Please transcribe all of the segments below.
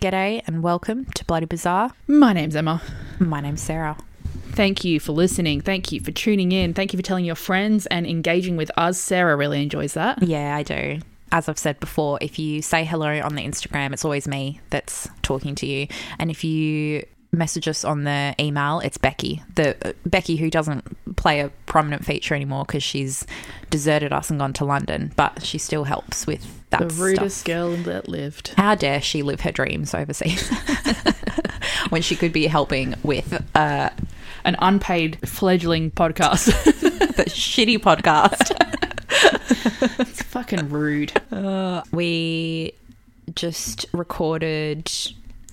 G'day and welcome to Bloody Bazaar. My name's Emma. My name's Sarah. Thank you for listening. Thank you for tuning in. Thank you for telling your friends and engaging with us. Sarah really enjoys that. Yeah, I do. As I've said before, if you say hello on the Instagram, it's always me that's talking to you. And if you message us on the email, it's Becky. The uh, Becky who doesn't play a prominent feature anymore because she's deserted us and gone to London, but she still helps with that The rudest stuff. girl that lived. How dare she live her dreams overseas when she could be helping with uh, An unpaid fledgling podcast. the shitty podcast? it's fucking rude. Uh, we just recorded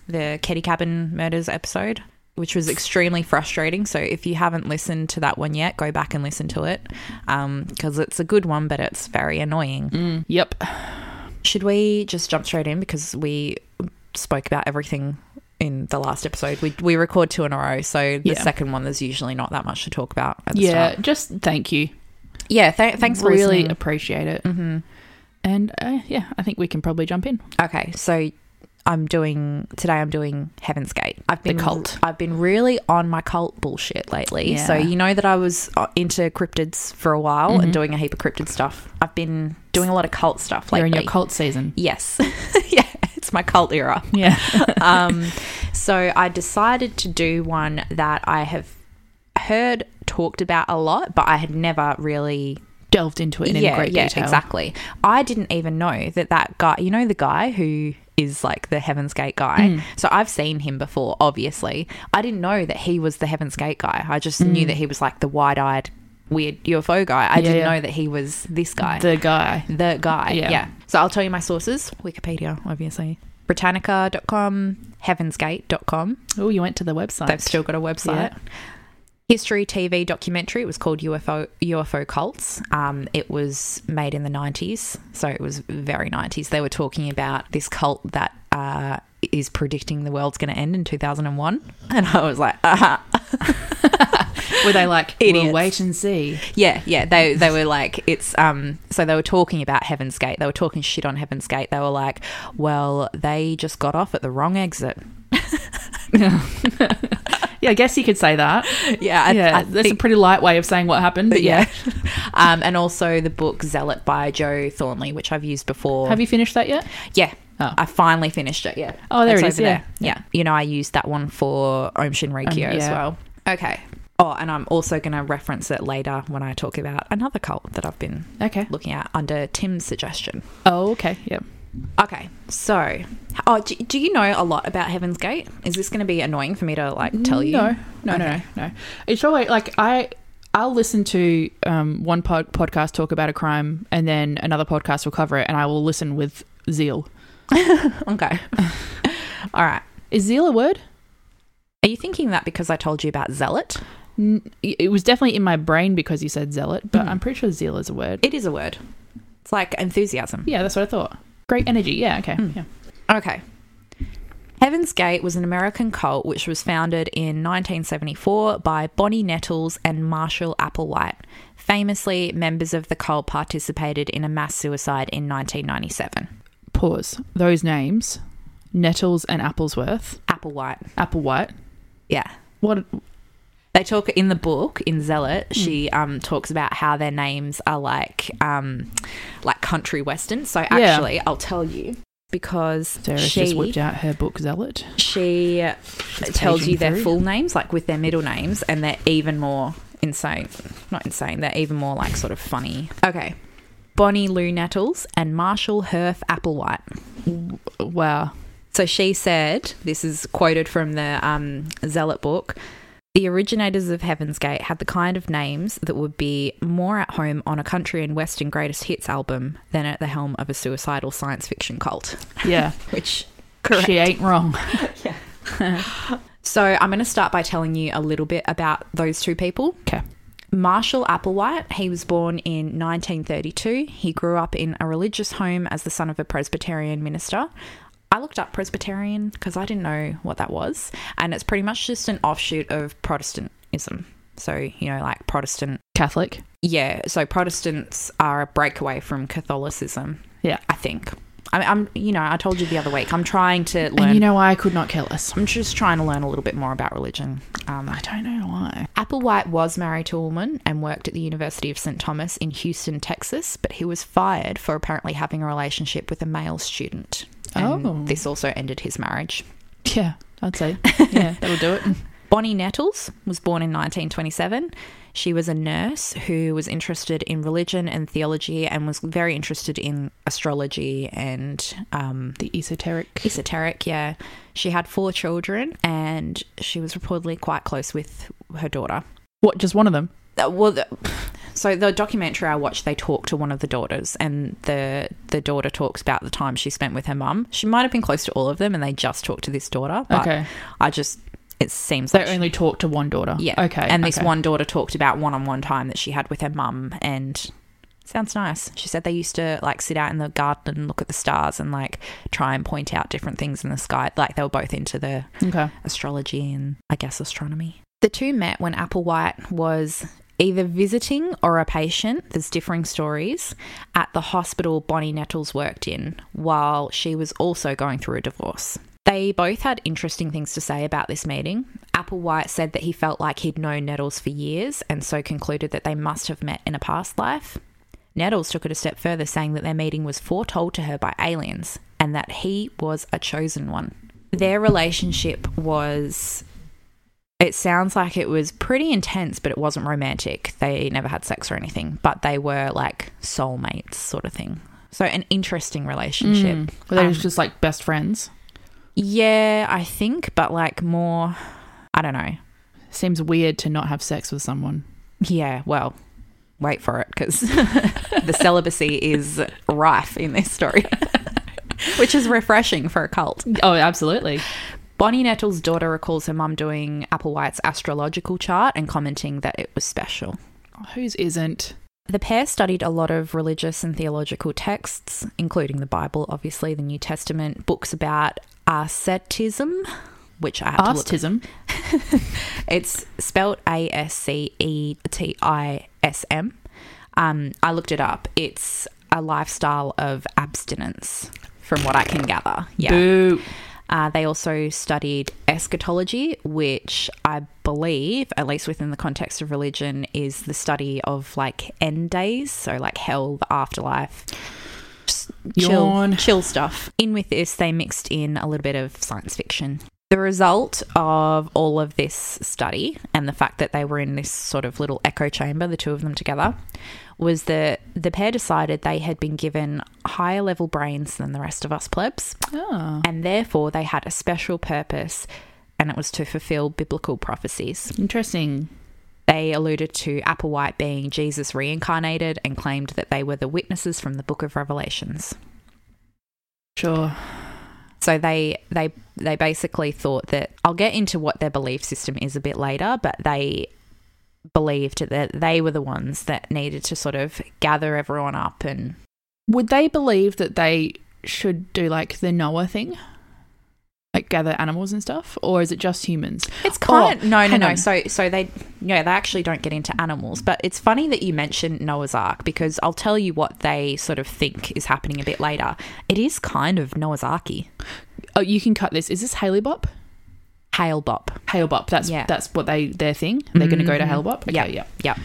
the Ketty Cabin murders episode, which was extremely frustrating. So if you haven't listened to that one yet, go back and listen to it because it's a good one, but it's very annoying. Mm, Yep. Should we just jump straight in because we spoke about everything in the last episode? We we record two in a row, so the Yeah. second one there's usually not that much to talk about. At the yeah, start. just thank you. yeah. Th- thanks for really listening. appreciate it. Mm-hmm. And uh, yeah, I think we can probably jump in. Okay, so I'm doing today. I'm doing Heaven's Gate. I've The been cult. I've been really on my cult bullshit lately. Yeah. Mm-hmm. So you know that I was uh, into cryptids for a while and doing a heap of cryptid stuff. I've been doing a lot of cult stuff You're lately. in your cult season. Yes, yeah, it's my cult era. Yeah. Um, so I decided to do one that I have heard talked about a lot, but I had never really Delved into it in great detail. exactly. I didn't even know that that guy, you know, the guy who is like the Heaven's Gate guy. Mm. So I've seen him before, obviously. I didn't know that he was the Heaven's Gate guy. I just knew that he was like the wide eyed, weird UFO guy. I didn't Mm. yeah. know that he was this guy. The, The guy. guy. Yeah. Yeah. So I'll tell you my sources Wikipedia, obviously. Britannica.com, heavensgate.com. Oh, you went to the website. They've still got a website. Yeah. History TV documentary. It was called UFO UFO cults. Um, it was made in the nineties, so it was very nineties. They were talking about this cult that uh, is predicting the world's going to end in two thousand and one, and I was like, uh Were they like, Idiots. we'll wait and see? yeah, yeah. They they were like, it's um. So they were talking about Heaven's Gate. They were talking shit on Heaven's Gate. They were like, well, they just got off at the wrong exit. Yeah, I guess you could say that. Yeah, I, yeah, I that's think- a pretty light way of saying what happened. But yeah. yeah. um, and also the book Zealot by Joe Thornley, which I've used before. Have you finished that yet? Yeah. Oh. I finally finished it. Yeah. Oh, there It's it is, over yeah. Yeah. You know, I used that one for Om Shinrikyo Um, as yeah. well. Okay. Oh, and I'm also going to reference it later when I talk about another cult that I've been Okay. looking at under Tim's suggestion. Oh, okay. Yep. Okay. So, oh, do, do you know a lot about Heaven's Gate? Is this going to be annoying for me to like tell you? No, no, Okay. no, no. It's always like I. I'll listen to um, one pod- podcast talk about a crime, and then another podcast will cover it, and I will listen with zeal. Okay. All right. Is zeal a word? Are you thinking that because I told you about Zealot? N- It was definitely in my brain because you said zealot, Hmm. but I'm pretty sure zeal is a word. It is a word. It's like enthusiasm. yeah, that's what I thought. Great energy. Yeah. Okay. Hmm. Yeah. Okay. Heaven's Gate was an American cult which was founded in 1974 by Bonnie Nettles and Marshall Applewhite. Famously, members of the cult participated in a mass suicide in 1997. Pause. Those names, Nettles and Applesworth, Applewhite, Applewhite. yeah. What? They talk in the book in Zealot. Hmm. She um, talks about how their names are like um, like country western. So actually, I'll tell you because Sarah's she just whipped out her book, Zealot. she tells paging you their through. full names, like with their middle names, and they're even more insane. Not insane, they're even more like sort of funny. Okay. Bonnie Lou Nettles and Marshall Herf Applewhite. Wow. So she said, this is quoted from the um, Zealot book. The originators of Heaven's Gate had the kind of names that would be more at home on a country and western greatest hits album than at the helm of a suicidal science fiction cult. Yeah. Which She ain't wrong. So I'm going to start by telling you a little bit about those two people. Okay. Marshall Applewhite, he was born in 1932. He grew up in a religious home as the son of a Presbyterian minister. I looked up Presbyterian because I didn't know what that was, and it's pretty much just an offshoot of Protestantism. So, you know, like Protestant. Catholic. Yeah, so Protestants are a breakaway from Catholicism, Yeah. I think. I mean, I'm, you know, I told you the other week, I'm trying to learn. And you know, I could not care less. I'm just trying to learn a little bit more about religion. Um, I don't know why. Applewhite was married to a woman and worked at the University of St. Thomas in Houston, Texas, but he was fired for apparently having a relationship with a male student. And Oh. This also ended his marriage. Yeah, I'd say. Yeah, that'll do it. Bonnie Nettles was born in 1927. She was a nurse who was interested in religion and theology and was very interested in astrology and um, The esoteric. esoteric, yeah. She had four children and she was reportedly quite close with her daughter. What? Just one of them? Uh, well, the, so the documentary I watched, they talk to one of the daughters, and the the daughter talks about the time she spent with her mum. She might have been close to all of them, and they just talked to this daughter. But okay. I just it seems They like she- only talk to one daughter. yeah, Okay. And this okay. one daughter talked about one on one time that she had with her mum, and sounds nice. She said they used to like sit out in the garden and look at the stars and like try and point out different things in the sky. Like they were both into the Okay. astrology and I guess astronomy. The two met when Applewhite was either visiting or a patient, there's differing stories, at the hospital Bonnie Nettles worked in while she was also going through a divorce. They both had interesting things to say about this meeting. Applewhite said that he felt like he'd known Nettles for years and so concluded that they must have met in a past life. Nettles took it a step further, saying that their meeting was foretold to her by aliens and that he was a chosen one. Their relationship was. It sounds like it was pretty intense, but it wasn't romantic. They never had sex or anything, but they were like soulmates, sort of thing. So, an interesting relationship. Were Mm. they Um, just like best friends? Yeah, I think, but like more. I don't know. Seems weird to not have sex with someone. Yeah, well, wait for it because the celibacy is rife in this story, which is refreshing for a cult. Oh, absolutely. Bonnie Nettle's daughter recalls her mum doing Applewhite's astrological chart and commenting that it was special. Whose isn't? The pair studied a lot of religious and theological texts, including the Bible, obviously, the New Testament, books about ascetism, which I have to look Astism. It's spelled A S C E T I S M. Um, I looked it up. It's a lifestyle of abstinence, from what I can gather. Yeah. Boo. Uh, they also studied eschatology, which I believe, at least within the context of religion, is the study of like end days, so like hell, the afterlife. Just Chill, Yawn. chill stuff. In with this, they mixed in a little bit of science fiction. The result of all of this study and the fact that they were in this sort of little echo chamber, the two of them together, was that the pair decided they had been given higher level brains than the rest of us plebs Ah. and therefore they had a special purpose and it was to fulfill biblical prophecies. Interesting. They alluded to Applewhite being Jesus reincarnated and claimed that they were the witnesses from the book of Revelations. Sure. So they they they basically thought that I'll get into what their belief system is a bit later, but they believed that they were the ones that needed to sort of gather everyone up and Would they believe that they should do like the Noah thing? Like gather animals and stuff? Or is it just humans? It's kind Oh, of no, no, hang no. on. So, so they, yeah, they actually don't get into animals. But it's funny that you mentioned Noah's Ark because I'll tell you what they sort of think is happening a bit later. It is kind of Noah's Arky. Oh, you can cut this. Is this Haley Bop? Hail bop. Hail Bop. That's Yeah. Mm-hmm. that's what they their thing. They're going to go to Hail Bop. Okay, Yeah. yeah. Yep.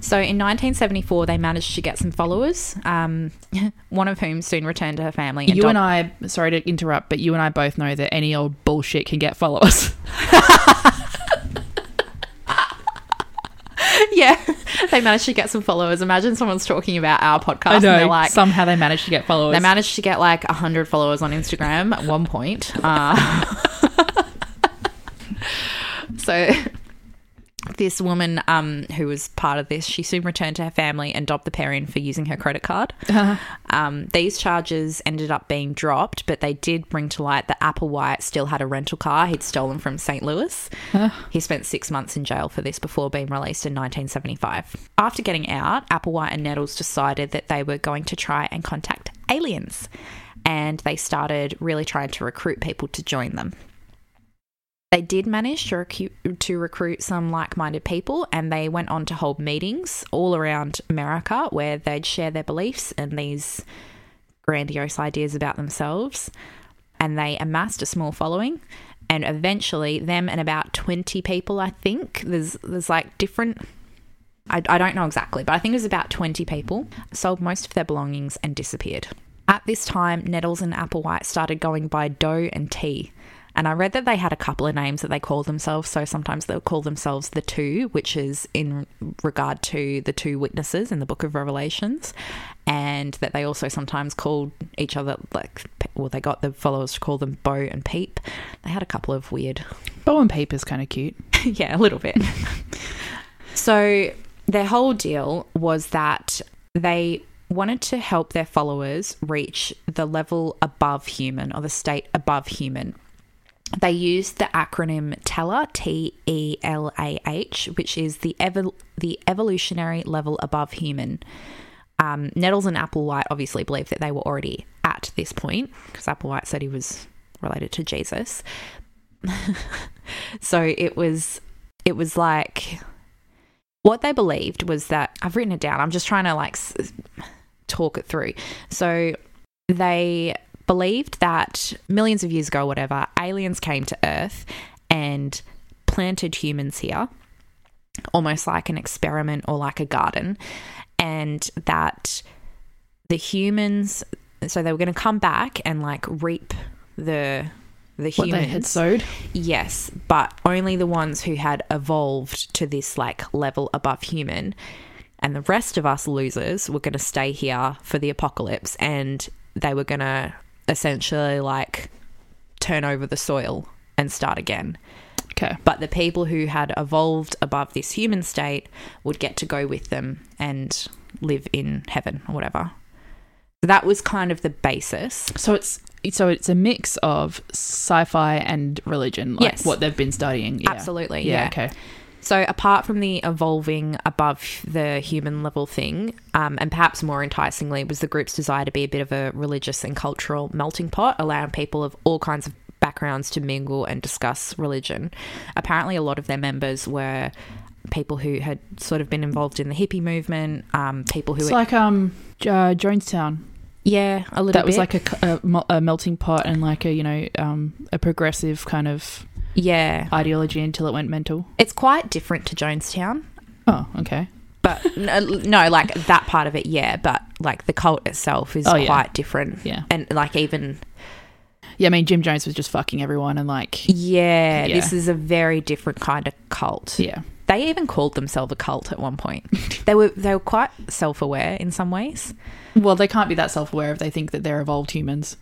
So in 1974, they managed to get some followers, um, one of whom soon returned to her family. you and I, sorry to interrupt, but you and I both know that any old bullshit can get followers. yeah, they managed to get some followers. Imagine someone's talking about our podcast I and know. they're like, somehow they managed to get followers. They managed to get like 100 followers on Instagram at one point. Uh, so this woman um, who was part of this, she soon returned to her family and dobbed the pair in for using her credit card. Um, these charges ended up being dropped, but they did bring to light that Applewhite still had a rental car he'd stolen from St. Louis. He spent six months in jail for this before being released in 1975. After getting out, Applewhite and Nettles decided that they were going to try and contact aliens, and they started really trying to recruit people to join them. They did manage to, recu- to recruit some like minded people, and they went on to hold meetings all around America where they'd share their beliefs and these grandiose ideas about themselves and they amassed a small following and eventually them and about 20 people i think there's there's like different I, I don't know exactly but i think it was about 20 people sold most of their belongings and disappeared at this time nettles and applewhite started going by doe and tea and I read that they had a couple of names that they call themselves. So sometimes they'll call themselves the two, which is in regard to the two witnesses in the book of Revelations. And that they also sometimes called each other, like, well, they got the followers to call them Bo and Peep. They had a couple of weird. Bow and Peep is kind of cute. yeah, a little bit. so their whole deal was that they wanted to help their followers reach the level above human or the state above human they used the acronym TELAH, T E L A H, which is the evol- the evolutionary level above human. Um, Nettles and Applewhite obviously believed that they were already at this point because Applewhite said he was related to Jesus. so it was it was like what they believed was that I've written it down. I'm just trying to like s- talk it through. So they believed that millions of years ago, whatever, aliens came to Earth and planted humans here, almost like an experiment or like a garden, and that the humans, so they were going to come back and like reap the the What humans they had sewed. Yes, but only the ones who had evolved to this like level above human. And the rest of us losers were going to stay here for the apocalypse and they were going to essentially like turn over the soil and start again. Okay. But the people who had evolved above this human state would get to go with them and live in heaven or whatever. That was kind of the basis. So it's so it's a mix of sci-fi and religion, like Yes. what they've been studying. Yeah. Absolutely, Yeah, yeah. Okay. So, apart from the evolving above the human level thing, um, and perhaps more enticingly, was the group's desire to be a bit of a religious and cultural melting pot, allowing people of all kinds of backgrounds to mingle and discuss religion. Apparently, a lot of their members were people who had sort of been involved in the hippie movement, um, people who, It's were, like um uh, Jonestown. yeah, a little That bit. was like a, cu- a, mel- a melting pot and like a you know um, a progressive kind of yeah, ideology until it went mental. it's quite different to Jonestown. Oh, okay. But no, no, like that part of it, yeah. But like the cult itself is Oh, yeah. quite different. Yeah. and like even Yeah, I mean Jim Jones was just fucking everyone and like yeah, Yeah. this is a very different kind of cult yeah. they even called themselves a cult at one point they were they were quite self-aware in some ways Well, they can't be that self-aware if they think that they're evolved humans.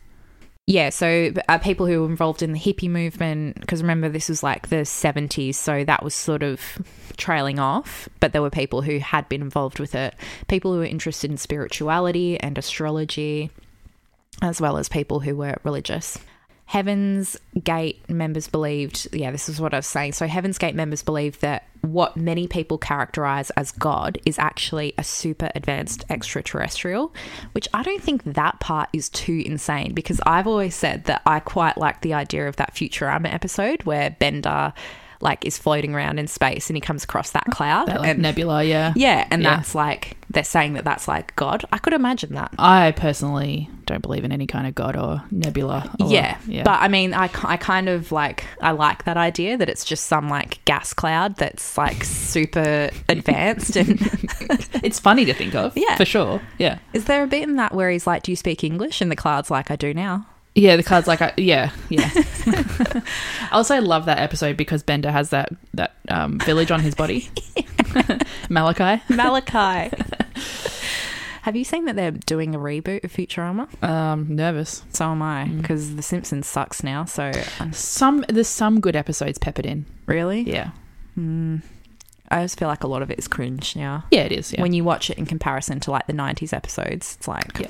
yeah so uh, people who were involved in the hippie movement because remember this was like the 70s so that was sort of trailing off but there were people who had been involved with it people who were interested in spirituality and astrology as well as people who were religious Heaven's Gate members believed, yeah, this is what I was saying. So, Heaven's Gate members believed that what many people characterize as God is actually a super advanced extraterrestrial, which I don't think that part is too insane because I've always said that I quite like the idea of that Futurama episode where Bender like is floating around in space and he comes across that cloud Oh, That like and nebula, yeah. yeah and Yeah. that's like they're saying that that's like god i could imagine that I personally don't believe in any kind of god or nebula. Or, yeah, but I mean, I, ki- I kind of like I like that idea that it's just some like gas cloud that's like super advanced. And it's funny to think of. Yeah. for sure. Yeah, is there a bit in that where he's like, "Do you speak English?" and the cloud's like, "I do now." yeah. The card's like, I, yeah, yeah. I also love that episode because Bender has that that um, village on his body. Malachi. Malachi. Have you seen that they're doing a reboot of Futurama? Um, nervous. So am I, because The Simpsons sucks now. So um, Some there's some good episodes peppered in. really, Yeah, Mm. I just feel like a lot of it is cringe now. yeah, it is. Yeah. when you watch it in comparison to like the 90s episodes it's like Yeah.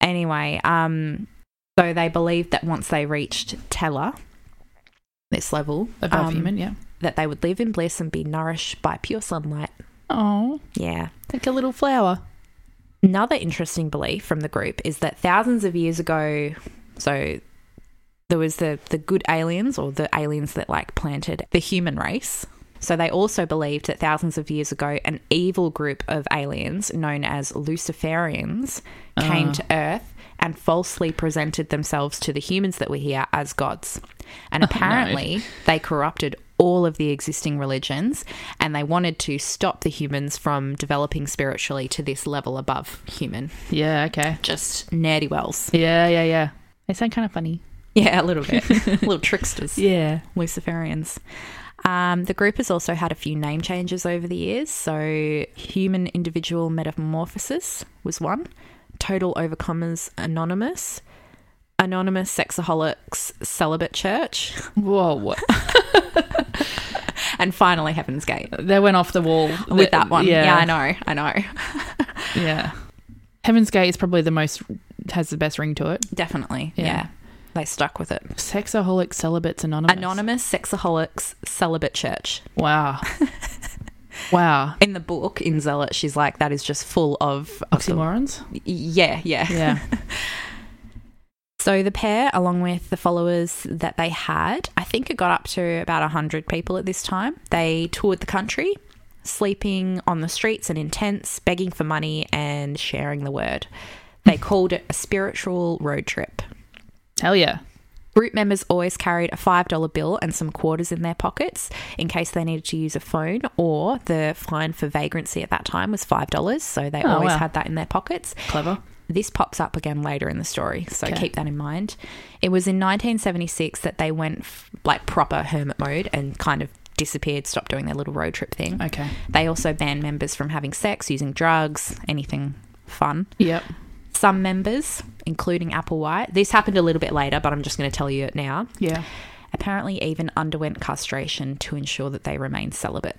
anyway um so they believed that once they reached Tella this level above um, human. Yeah. that they would live in bliss and be nourished by pure sunlight Oh, yeah like a little flower. another interesting belief from the group is that thousands of years ago so there was the the good aliens or the aliens that like planted the human race So they also believed that thousands of years ago, an evil group of aliens known as Luciferians came to Earth and falsely presented themselves to the humans that were here as gods. And apparently, they corrupted all of the existing religions and they wanted to stop the humans from developing spiritually to this level above human. Yeah, okay. Just nerdy wells. Yeah, yeah, yeah. They sound kind of funny. Yeah, a little bit. little tricksters. Yeah. Luciferians. Um, the group has also had a few name changes over the years. So, Human Individual Metamorphosis was one, Total Overcomers Anonymous, Anonymous Sexaholics Celibate Church, Whoa. what- and finally Heaven's Gate They went off the wall with that one. Yeah, Yeah, I know. I know. yeah. Heaven's Gate is probably the most, has the best ring to it. Definitely. Yeah. Yeah. They stuck with it. Sexaholic Celibates Anonymous. Anonymous Sexaholics Celibate Church. Wow. wow. In the book, in Zealot, she's like, that is just full of. of the- Oxymorons? yeah, yeah. Yeah. So the pair, along with the followers that they had, I think it got up to about 100 people at this time. They toured the country, sleeping on the streets and in tents, begging for money and sharing the word. They called it a spiritual road trip. Hell yeah. Group members always carried a $5 bill and some quarters in their pockets in case they needed to use a phone, or the fine for vagrancy at that time was $5. So they Oh, always wow. had that in their pockets. Clever. This pops up again later in the story, so Okay. keep that in mind. It was in 1976 that they went f- like proper hermit mode and kind of disappeared, stopped doing their little road trip thing. Okay. They also banned members from having sex, using drugs, anything fun. Yep. Some members, including Applewhite, this happened a little bit later, but I'm just going to tell you it now. Yeah. Apparently, even underwent castration to ensure that they remained celibate.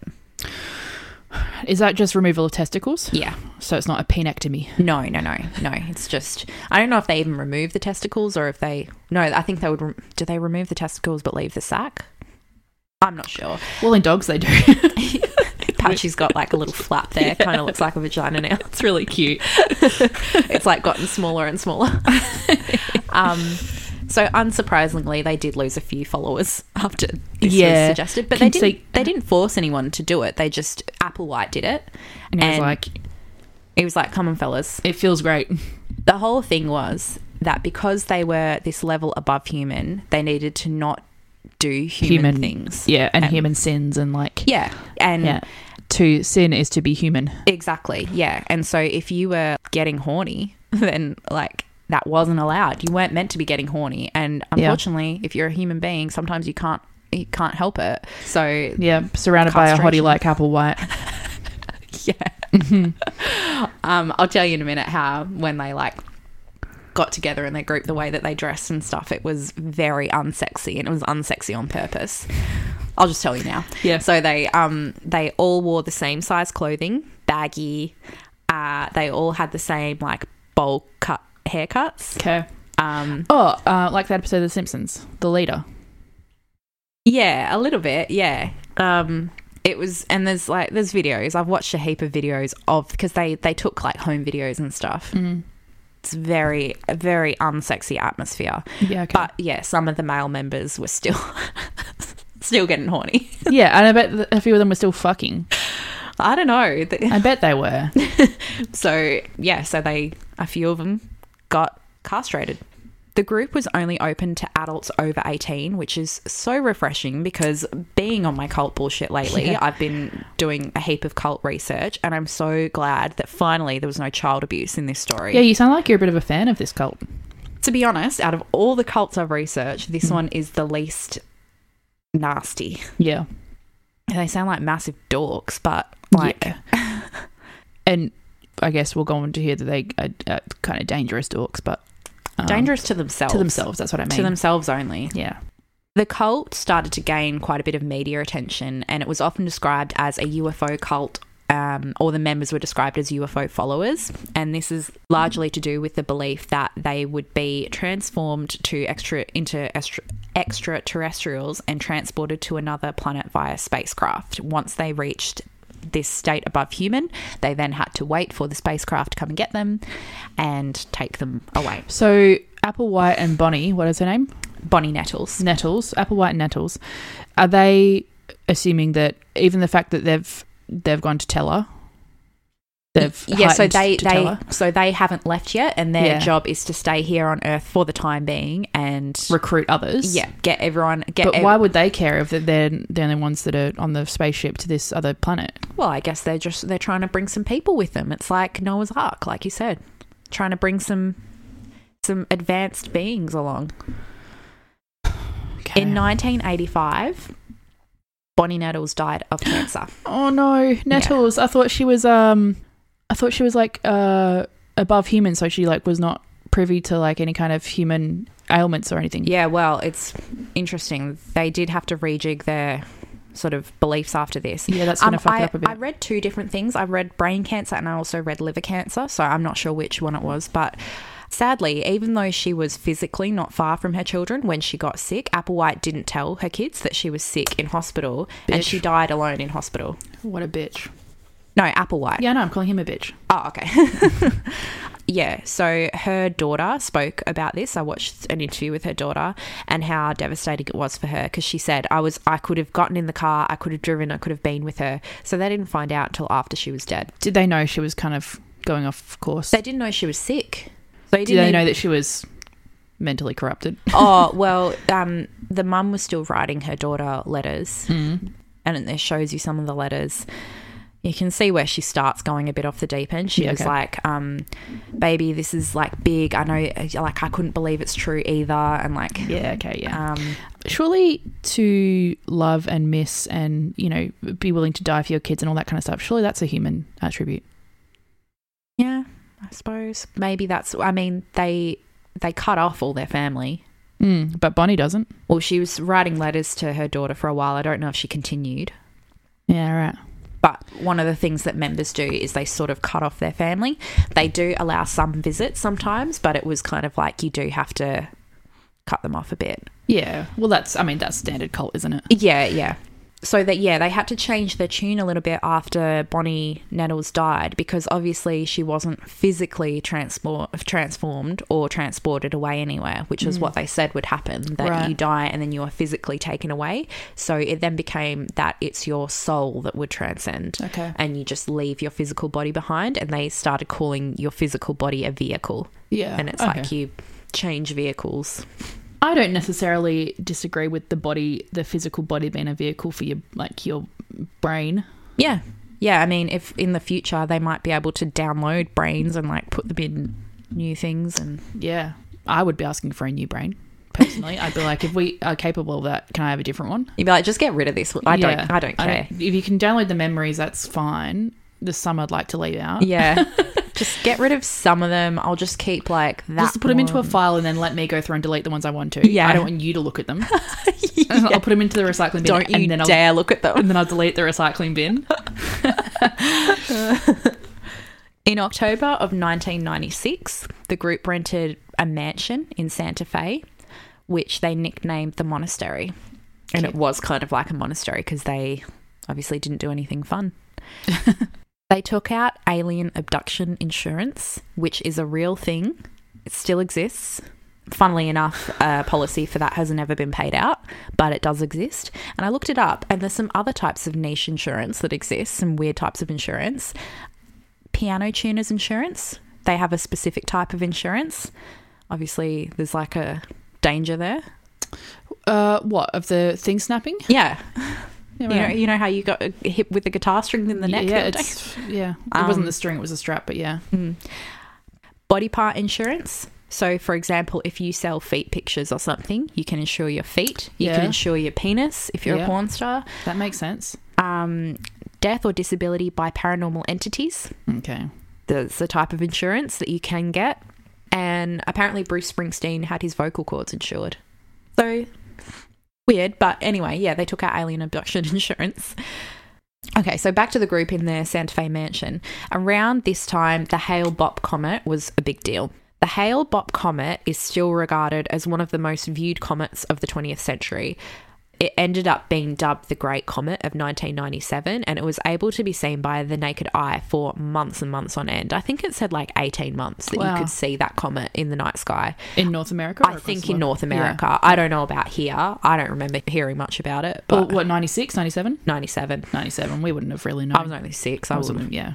Is that just removal of testicles? Yeah. So it's not a penectomy. No, no, no, no. It's just I don't know if they even remove the testicles or if they no. I think they would. Re- do they remove the testicles but leave the sac? I'm not sure. Well, in dogs, they do. Patchy's got like a little flap there. Kind of looks like a vagina now. It's really cute. It's like gotten smaller and smaller. um, so unsurprisingly, they did lose a few followers after this Yeah. was suggested, but Can they didn't. see- They didn't force anyone to do it. They just Applewhite did it, And, it's And- like, He was like, "Come on, fellas, it feels great. the whole thing was that because they were this level above human, they needed to not do human, Human- things. Yeah. And Um, human sins and like, Yeah. And yeah. To sin is to be human. exactly. Yeah. And so if you were getting horny, then like that wasn't allowed. You weren't meant to be getting horny. And Yeah. unfortunately, if you're a human being, sometimes you can't you can't help it. So Yeah. Surrounded by a hottie Castration. like Apple White. um, I'll tell you in a minute how when they like got together in their group, the way that they dressed and stuff, it was very unsexy and it was unsexy on purpose. I'll just tell you now. Yeah. So they um they all wore the same size clothing, baggy. Uh, they all had the same like bowl cut haircuts. Okay. Um, Oh, uh, like that episode of The Simpsons, the leader. yeah, a little bit. Yeah. Um, it was, and there's like there's videos. I've watched a heap of videos of because they they took like home videos and stuff. Mm. It's very a very unsexy atmosphere. Yeah. Okay. But yeah, some of the male members were still still getting horny. yeah. And I bet th- a few of them were still fucking. I don't know. The- I bet they were. So yeah, so they a few of them got castrated. The group was only open to adults over 18, which is so refreshing because being on my cult bullshit lately, Yeah. I've been doing a heap of cult research and I'm so glad that finally there was no child abuse in this story. Yeah. You sound like you're a bit of a fan of this cult. To be honest, out of all the cults I've researched, this one is the least nasty. Yeah. they sound like massive dorks, but like like and I guess we'll go on to hear that they are, are kind of dangerous dorks, but um, dangerous to themselves. to themselves. That's what I mean. To themselves only. Yeah, The cult started to gain quite a bit of media attention, and it was often described as a UFO cult, um, or the members were described as UFO followers. And this is largely to do with the belief that they would be transformed to extra into extra, extraterrestrials and transported to another planet via spacecraft. Once they reached this state above human, they then had to wait for the spacecraft to come and get them and take them away. So Applewhite and Bonnie, what is her name? Bonnie Nettles. Nettles. Applewhite and Nettles. Are they assuming that even the fact that they've they've gone to tell her, they've yeah, so heightened they to tell they her, so they haven't left yet, and their Yeah. job is to stay here on Earth for the time being and recruit others. yeah, get everyone get. but ev- why would they care if they're the only ones that are on the spaceship to this other planet? well, I guess they're just they're trying to bring some people with them. It's like Noah's Ark, like you said, trying to bring some some advanced beings along. Okay. In 1985, Bonnie Nettles died of cancer. Oh no, Nettles! I thought she was um, I thought she was like uh above human, so she like was not privy to like any kind of human ailments or anything. Yeah, well, it's interesting. They did have to rejig their sort of beliefs after this. yeah, that's gonna Um, fuck I, it up a bit. I read two different things. I read brain cancer and I also read liver cancer, so I'm not sure which one it was, but sadly, even though she was physically not far from her children when she got sick, Applewhite didn't tell her kids that she was sick in hospital and Bitch. she died alone in hospital. what a bitch! No, Applewhite. Yeah, no, I'm calling him a bitch. Oh, okay. yeah. So her daughter spoke about this. I watched an interview with her daughter and how devastating it was for her because she said, I was, I could have gotten in the car, I could have driven, I could have been with her. So they didn't find out until after she was dead. Did they know she was kind of going off course? They didn't know she was sick. They Did they know that she was mentally corrupted? oh, well, um, the mum was still writing her daughter letters Hmm. and it shows you some of the letters. You can see where she starts going a bit off the deep end. She Yeah, was okay. like, um, "Baby, this is like big. I know, uh, like, I couldn't believe it's true either." And like, Yeah. Okay. Yeah. um, surely to love and miss and you know be willing to die for your kids and all that kind of stuff. Surely that's a human attribute. yeah, I suppose maybe that's. I mean, they they cut off all their family. Mm, but Bonnie doesn't. Well, she was writing letters to her daughter for a while. I don't know if she continued. Yeah. Right. But one of the things that members do is they sort of cut off their family. They do allow some visits sometimes, but it was kind of like you do have to cut them off a bit. Yeah. Well, that's, I mean, that's standard cult, isn't it? Yeah, yeah. So that yeah, they had to change their tune a little bit after Bonnie Nettles died because obviously she wasn't physically transport transformed or transported away anywhere, which was what they said would happen that Mm. Right. you die and then you are physically taken away. So it then became that it's your soul that would transcend. Okay. And you just leave your physical body behind and they started calling your physical body a vehicle. Yeah. And it's like you change vehicles. I don't necessarily disagree with the body, the physical body being a vehicle for your, like, your brain. Yeah. Yeah. I mean, if in the future they might be able to download brains and like put them in new things and Yeah. I would be asking for a new brain personally. I'd be like, if we are capable of that, can I have a different one? you'd be like, just get rid of this. I Yeah. don't, I don't care. if you can download the memories, that's fine. The some I'd like to leave out. yeah. just get rid of some of them. I'll just keep like that. Just put them into a one. file and then let me go through and delete the ones I want to. Yeah. I don't want you to look at them. I'll put them into the recycling bin Don't and you then I'll dare look at them. and then I'll delete the recycling bin. In October of 1996, the group rented a mansion in Santa Fe, which they nicknamed the monastery. And it was kind of like a monastery because they obviously didn't do anything fun. they took out alien abduction insurance, which is a real thing. It still exists. Funnily enough, a policy for that hasn't ever been paid out, but it does exist. And I looked it up, and there's some other types of niche insurance that exist, some weird types of insurance piano tuners insurance. They have a specific type of insurance. Obviously, there's like a danger there. Uh, what of the thing snapping? Yeah, Yeah, you know, you know how you got hit with the guitar string in the neck. Yeah, the other day? it's, yeah. it Um, wasn't the string; it was a strap. But yeah, Hmm. body part insurance. So, for example, if you sell feet pictures or something, you can insure your feet. You can Yeah. insure your penis if you're a Yeah. porn star. that makes sense. Um, death or disability by paranormal entities. Okay. That's the type of insurance that you can get. And apparently, Bruce Springsteen had his vocal cords insured. So weird, but anyway, yeah, they took out alien abduction insurance. Okay, so back to the group in their Santa Fe mansion. Around this time, the Hale Bopp comet was a big deal. The Hale Bopp comet is still regarded as one of the most viewed comets of the 20th century. it ended up being dubbed the Great Comet of 1997 and it was able to be seen by the naked eye for months and months on end. I think it said like 18 months that Wow. you could see that comet in the night sky. in North America. or I across think the in world? North America. I don't know about here. I don't remember hearing much about it, Yeah. Or but what 96, 97? 97. 97. We wouldn't have really known. I was only 6. I I was was yeah.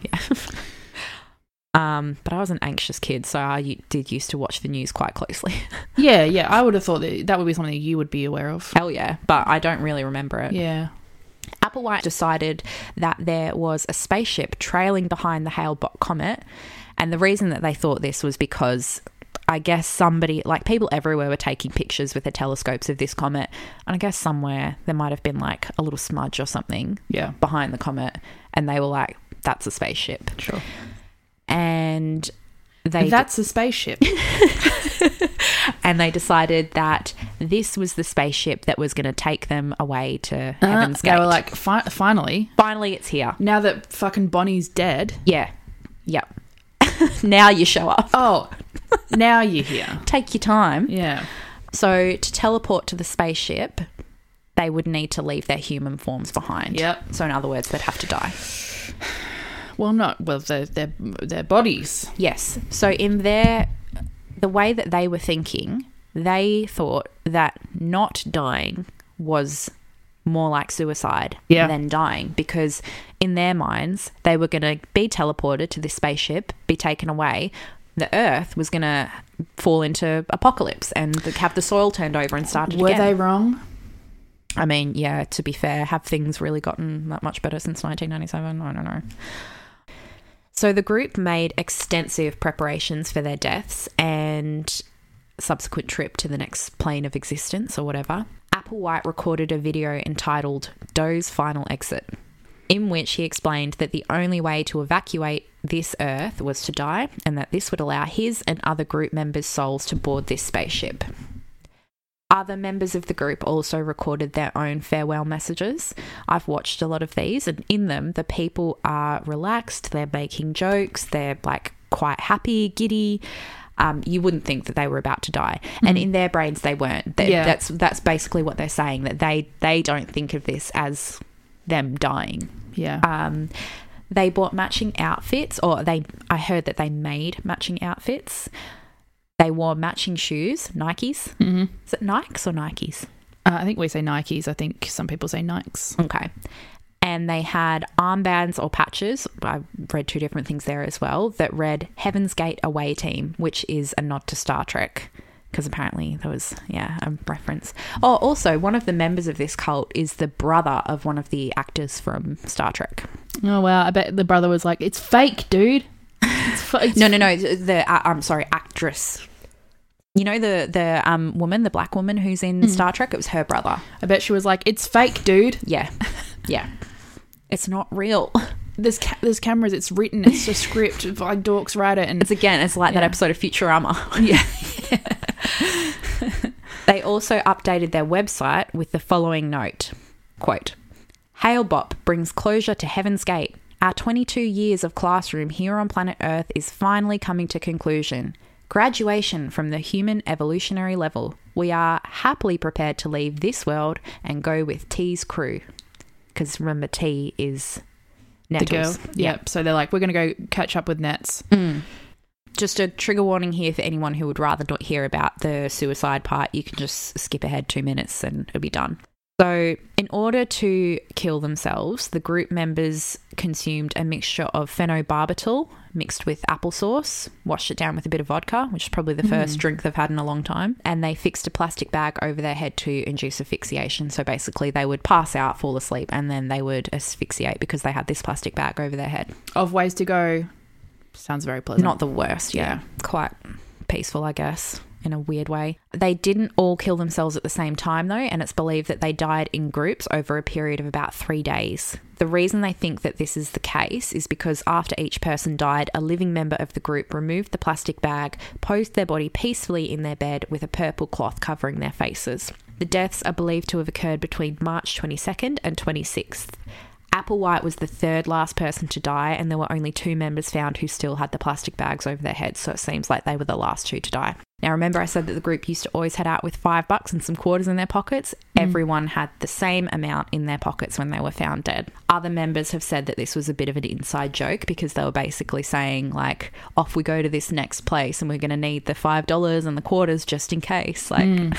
um but I was an anxious kid, so I u- did used to watch the news quite closely. Yeah, yeah. I would have thought that that would be something you would be aware of. Hell yeah, but I don't really remember it. Yeah. Applewhite decided that there was a spaceship trailing behind the Hale Bopp comet. And the reason that they thought this was because I guess somebody, like people everywhere, were taking pictures with their telescopes of this comet. And I guess somewhere there might have been like a little smudge or something Yeah. behind the comet. And they were like, that's a spaceship. Sure. And they That's a spaceship. Uh, and they decided that this was the spaceship that was going to take them away to heaven's they gate. were like, Fi- finally, finally, it's here. now that fucking Bonnie's dead. Yeah. Yep. now you show up. Oh, now you're here. Take your time. Yeah. So, to teleport to the spaceship, they would need to leave their human forms behind. Yep. So, in other words, they'd have to die. Well, not well. Their their their bodies. Yes. So, in their, the way that they were thinking, they thought that not dying was more like suicide Yeah. than dying because in their minds they were going to be teleported to this spaceship be taken away the earth was going to fall into apocalypse and th- have the soil turned over and started Were again. they wrong? I mean, yeah, to be fair, have things really gotten that much better since 1997? I don't know. So the group made extensive preparations for their deaths and subsequent trip to the next plane of existence or whatever. Applewhite recorded a video entitled Doe's Final Exit, in which he explained that the only way to evacuate this Earth was to die and that this would allow his and other group members' souls to board this spaceship. Other members of the group also recorded their own farewell messages. I've watched a lot of these, and in them, the people are relaxed, they're making jokes, they're like quite happy, giddy. Um, you wouldn't think that they were about to die, and in their brains, they weren't. They- Yeah. That's that's basically what they're saying that they they don't think of this as them dying. Yeah. Um, they bought matching outfits, or they I heard that they made matching outfits. They wore matching shoes, Nikes. hmm Is it Nikes or Nikes? Uh, I think we say Nikes. I think some people say Nikes. Okay. And they had armbands or patches. I read two different things there as well that read Heaven's Gate Away Team, which is a nod to Star Trek. Because apparently there was, yeah, a reference. Oh, also, one of the members of this cult is the brother of one of the actors from Star Trek. Oh wow! I bet the brother was like, "It's fake, dude." It's fa- it's No, no, no. The uh, I'm sorry, actress. You know the the um, woman, the black woman who's in Star Trek. It was her brother. I bet she was like, "It's fake, dude." Yeah, yeah. It's not real. There's ca- there's cameras. It's written. It's a script. Like dorks write it, and It's again, it's like that Yeah. episode of Futurama. Yeah. they also updated their website with the following note quote Hail Bop brings closure to Heaven's Gate. Our 22 years of classroom here on planet Earth is finally coming to conclusion. Graduation from the human evolutionary level. We are happily prepared to leave this world and go with T's crew. Because remember, T is the Nettles. girl. Yep. So they're like, "We're gonna go catch up with Nets." Mm. just a trigger warning here for anyone who would rather not hear about the suicide part. You can just skip ahead two minutes and it'll be done. So, in order to kill themselves, the group members consumed a mixture of phenobarbital mixed with applesauce, washed it down with a bit of vodka, which is probably the first drink they've had in a long time, and they fixed a plastic bag over their head to induce asphyxiation. So, basically, they would pass out, fall asleep, and then they would asphyxiate because they had this plastic bag over their head Of ways to go. Sounds very pleasant. not the worst yeah. Yeah. quite peaceful i guess in a weird way they didn't all kill themselves at the same time though and it's believed that they died in groups over a period of about three days the reason they think that this is the case is because after each person died a living member of the group removed the plastic bag posed their body peacefully in their bed with a purple cloth covering their faces the deaths are believed to have occurred between march 22nd and 26th Applewhite was the third last person to die, and there were only two members found who still had the plastic bags over their heads, so it seems like they were the last two to die. Now, remember, I said that the group used to always head out with five bucks and some quarters in their pockets. Everyone had the same amount in their pockets when they were found dead. Other members have said that this was a bit of an inside joke because they were basically saying, like, off we go to this next place and we're going to need the $5 and the quarters just in case. Like,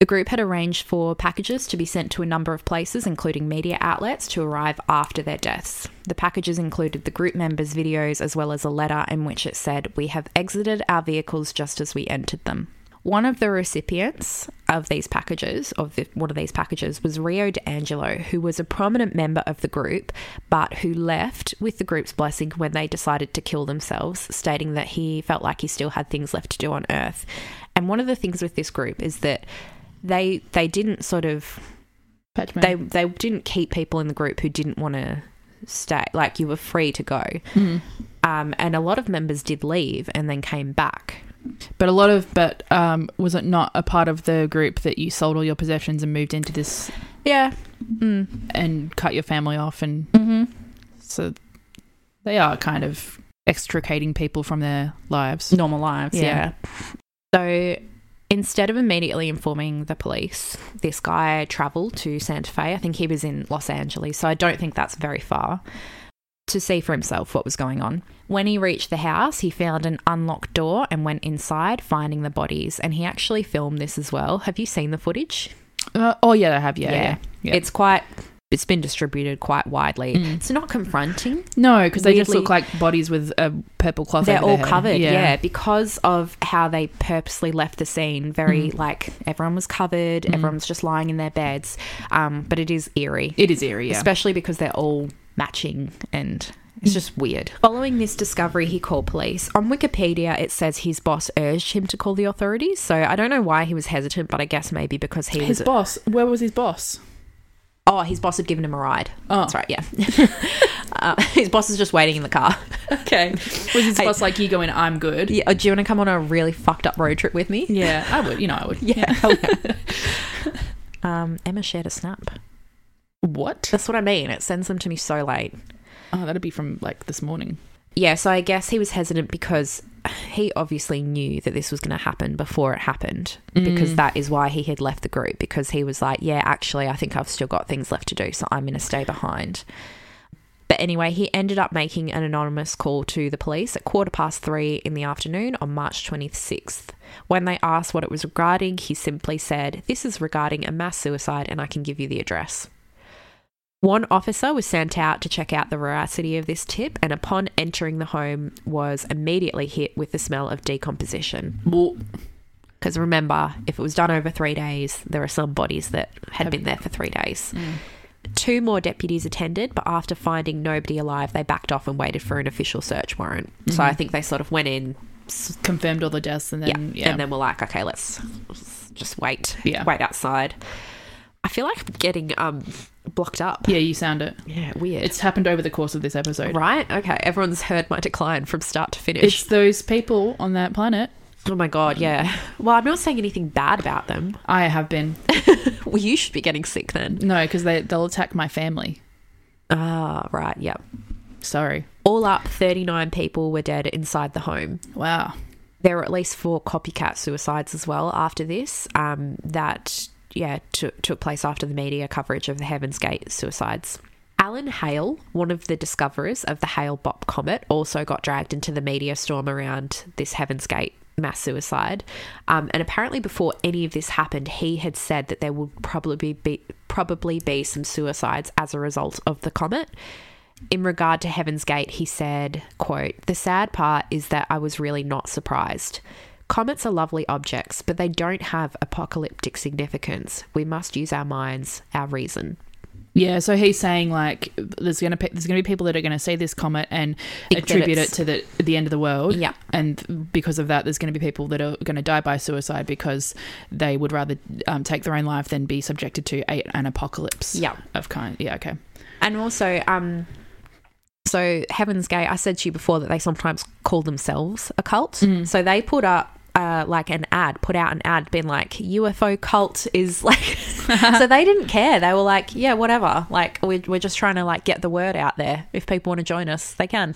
the group had arranged for packages to be sent to a number of places, including media outlets, to arrive after their deaths. The packages included the group members' videos as well as a letter in which it said, We have exited our vehicles just as we entered them. One of the recipients of these packages, of the, one of these packages, was Rio D'Angelo, who was a prominent member of the group, but who left with the group's blessing when they decided to kill themselves, stating that he felt like he still had things left to do on Earth. And one of the things with this group is that they they didn't sort of Patchman. they they didn't keep people in the group who didn't want to stay like you were free to go Mm-hmm. um, and a lot of members did leave and then came back but a lot of but um, was it not a part of the group that you sold all your possessions and moved into this yeah mm. and cut your family off and hmm so they are kind of extricating people from their lives. normal lives yeah. so instead of immediately informing the police this guy traveled to santa fe i think he was in los angeles so i don't think that's very far to see for himself what was going on. When he reached the house, he found an unlocked door and went inside, finding the bodies. And he actually filmed this as well. Have you seen the footage? Uh, oh yeah, they have. Yeah, yeah. yeah. It's quite. It's been distributed quite widely. Mm. It's not confronting. no, because they just weirdly- look like bodies with a purple cloth. They're over all their head. covered, yeah. because of how they purposely left the scene. Very like everyone was covered, everyone was just lying in their beds. Um, but it is eerie. It is eerie. Yeah. especially because they're all matching and it's just weird. Following this discovery, he called police. On Wikipedia, it says his boss urged him to call the authorities. So I don't know why he was hesitant, but I guess maybe because he his was. boss. Where was his boss? oh, his boss had given him a ride. Oh. That's right, yeah. uh, his boss is just waiting in the car. Okay. Was his Hey. boss like you going? I'm good. Yeah, do you want to come on a really fucked up road trip with me? Yeah, I would. You know, I would. Yeah. hell Oh, yeah. um, Emma shared a snap. What? That's what I mean. It sends them to me so late. Oh, that'd be from like this morning. yeah, so I guess he was hesitant because he obviously knew that this was going to happen before it happened because that is why he had left the group because he was like, yeah, actually, I think I've still got things left to do, so I'm going to stay behind. But anyway, he ended up making an anonymous call to the police at quarter past three in the afternoon on March 26th. When they asked what it was regarding, he simply said, This is regarding a mass suicide, and I can give you the address. One officer was sent out to check out the veracity of this tip, and upon entering the home, was immediately hit with the smell of decomposition. Well, Because remember, if it was done over three days, there are some bodies that had been there for three days. Mm. Two more deputies attended, but after finding nobody alive, they backed off and waited for an official search warrant. So I think they sort of went in, confirmed all the deaths, Mm-hmm. and then yeah, and then we're like, okay, let's let's just wait, Yeah. wait outside. I feel like I'm getting um blocked up. yeah, you sound it. Yeah, weird. It's happened over the course of this episode. Right? Okay. Everyone's heard my decline from start to finish. It's those people on that planet. oh my God, yeah. Well, I'm not saying anything bad about them. I have been Well, you should be getting sick then. no, because they they'll attack my family. Ah, right, yep. Sorry. All up, 39 people were dead inside the home. Wow. There were at least four copycat suicides as well after this um, that, yeah, t- took place after the media coverage of the Heaven's Gate suicides. Alan Hale, one of the discoverers of the Hale Bopp comet, also got dragged into the media storm around this Heaven's Gate mass suicide. Um, and apparently, before any of this happened, he had said that there would probably be probably be some suicides as a result of the comet. In regard to Heaven's Gate, he said, quote, The sad part is that I was really not surprised. Comets are lovely objects, but they don't have apocalyptic significance. We must use our minds, our reason. Yeah, so he's saying like there's gonna pe- there's gonna be people that are gonna see this comet and Think that attribute it it's- to the the end of the world. Yeah. and because of that, there's gonna be people that are gonna die by suicide because they would rather um, take their own life than be subjected to a, an apocalypse. Yeah. of kind. Yeah, okay. And also, um, so Heaven's Gate, I said to you before that they sometimes call themselves a cult. So they put up. Uh, like an ad, put out an ad, been like UFO cult is like. so they didn't care. They were like, yeah, whatever. Like we're we're just trying to like get the word out there. If people want to join us, they can.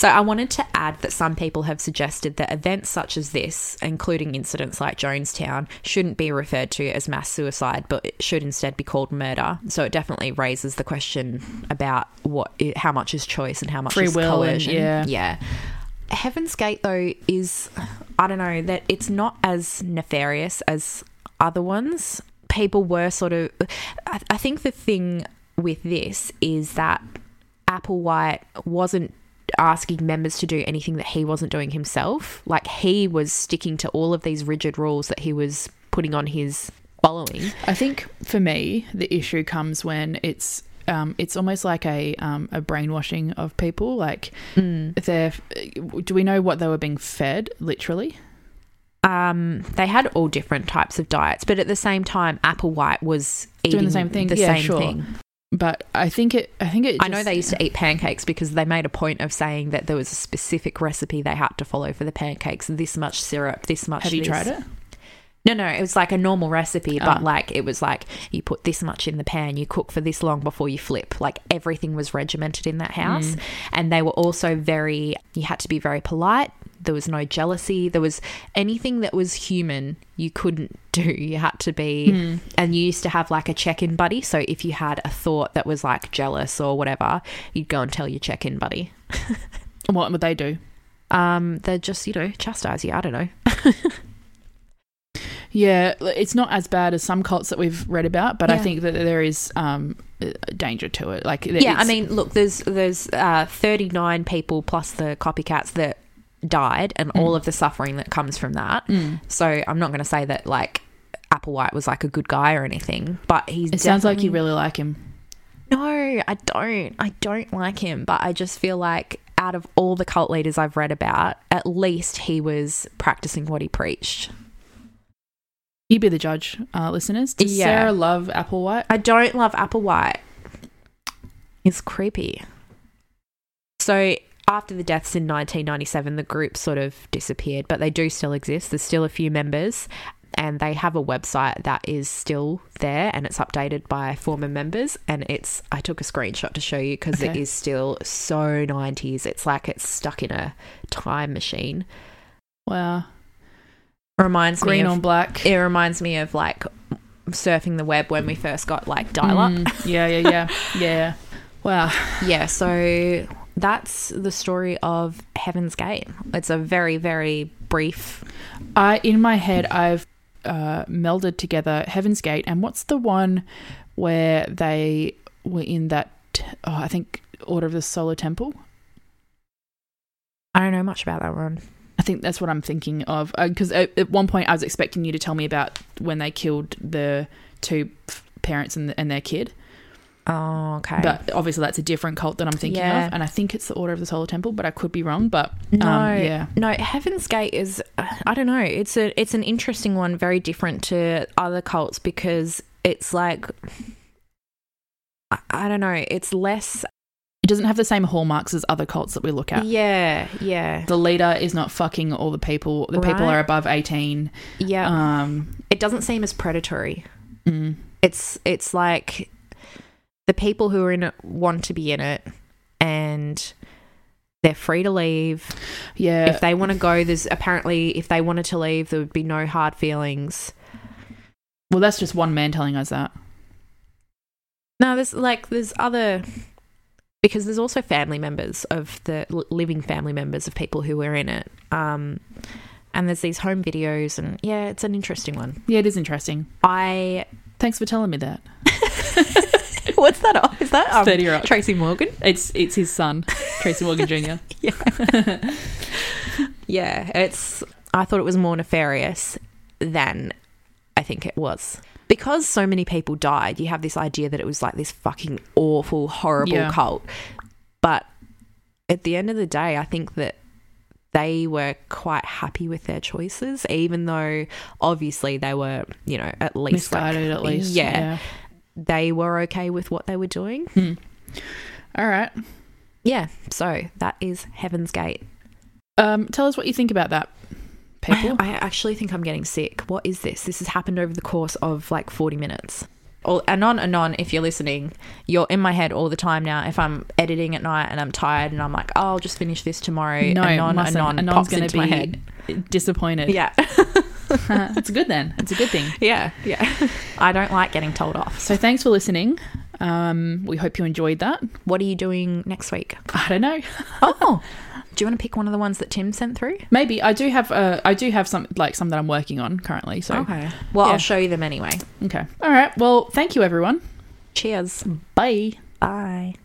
So I wanted to add that some people have suggested that events such as this, including incidents like Jonestown, shouldn't be referred to as mass suicide, but it should instead be called murder. So it definitely raises the question about what, how much is choice and how much Free is will and- coercion. yeah. yeah. Heaven's Gate though is, I don't know, that it's not as nefarious as other ones. People were sort of, I, I think the thing with this is that Applewhite wasn't asking members to do anything that he wasn't doing himself. Like he was sticking to all of these rigid rules that he was putting on his following. I think for me, the issue comes when it's um, it's almost like a um, a brainwashing of people. Like they're, do we know what they were being fed? Literally, Um, they had all different types of diets, but at the same time, Applewhite was eating Doing the same thing. The Yeah, same sure. thing. but I think it. I think it. I know just- they used to eat pancakes because they made a point of saying that there was a specific recipe they had to follow for the pancakes. This much syrup, this much. Have you this. tried it? No, no, it was like a normal recipe, but Oh. like it was like you put this much in the pan, you cook for this long before you flip. Like everything was regimented in that house. And they were also very, you had to be very polite. There was no jealousy. There was anything that was human you couldn't do. You had to be, Mm. and you used to have like a check in buddy. So if you had a thought that was like jealous or whatever, you'd go and tell your check in buddy. Hmm. What would they do? Um, they'd just, you know, chastise you. I don't know. Yeah, l- it's not as bad as some cults that we've read about, but I Yeah. think that there is um, a danger to it. Like, yeah, I it's- mean, look, there's there's uh, 39 people plus the copycats that died, and all of the suffering that comes from that. Mm. So I'm not going to say that like Applewhite was like a good guy or anything, but he's. it sounds like you definitely- really like him. No, I don't. I don't like him, but I just feel like out of all the cult leaders I've read about, at least he was practicing what he preached. You be the judge, uh, listeners. Does Yeah. Sarah love Applewhite? I don't love Applewhite. It's creepy. So after the deaths in 1997, the group sort of disappeared, but they do still exist. There's still a few members, and they have a website that is still there, and it's updated by former members. And it's I took a screenshot to show you because it Okay. is still so 90s. It's like it's stuck in a time machine. Wow, Reminds green me on of, black. it reminds me of like surfing the web when we first got like dial up. Mm, yeah, yeah, yeah, yeah. Wow. yeah, so that's the story of Heaven's Gate. It's a very, very brief. I in my head I've uh, melded together Heaven's Gate and what's the one where they were in that? Oh, I think Order of the Solar Temple. I don't know much about that one. I think that's what I'm thinking of because at, at one point I was expecting you to tell me about when they killed the two f- parents and, and their kid, Oh, okay. but obviously that's a different cult that I'm thinking Yeah. of, and I think it's the Order of the Solar Temple, but I could be wrong. But no, um, yeah, no, Heaven's Gate is I don't know. It's a it's an interesting one, very different to other cults because it's like I, I don't know. It's less. it doesn't have the same hallmarks as other cults that we look at. Yeah, yeah, The leader is not fucking all the people. The people Right. are above 18. yeah. Um, it doesn't seem as predatory. mm, it's it's like the people who are in it want to be in it and they're free to leave yeah. if they want to go there's apparently if they wanted to leave there would be no hard feelings well, that's just one man telling us that. no there's like there's other because there's also family members of the li- living family members of people who were in it um and there's these home videos and yeah it's an interesting one Yeah, it is interesting. i Thanks for telling me that. what's that off is that um, 30 Rock. tracy morgan It's it's his son, Tracy Morgan Jr. Yeah, it's. I thought it was more nefarious than I think it was. Because so many people died, you have this idea that it was like this fucking awful, horrible Yeah. cult. But at the end of the day, I think that they were quite happy with their choices, even though obviously they were, you know, at least like, Misguided, at least. Yeah. they were okay with what they were doing. Hmm. All right. Yeah, so that is Heaven's Gate. Um, tell us what you think about that, people. I actually think I'm getting sick. What is this? This has happened over the course of like 40 minutes. all, anon anon if you're listening you're in my head all the time now if i'm editing at night and i'm tired and i'm like oh, i'll just finish this tomorrow No, anon mustn't. anon Anon's pops gonna into my be head Disappointed. yeah it's good then. It's a good thing. yeah yeah i don't like getting told off So thanks for listening. Um, we hope you enjoyed that. what are you doing next week I don't know. oh do you want to pick one of the ones that tim sent through Maybe I do have uh, I do have some like some that I'm working on currently. So okay well Yeah. i'll show you them anyway okay. All right. Well, thank you everyone. cheers Bye. bye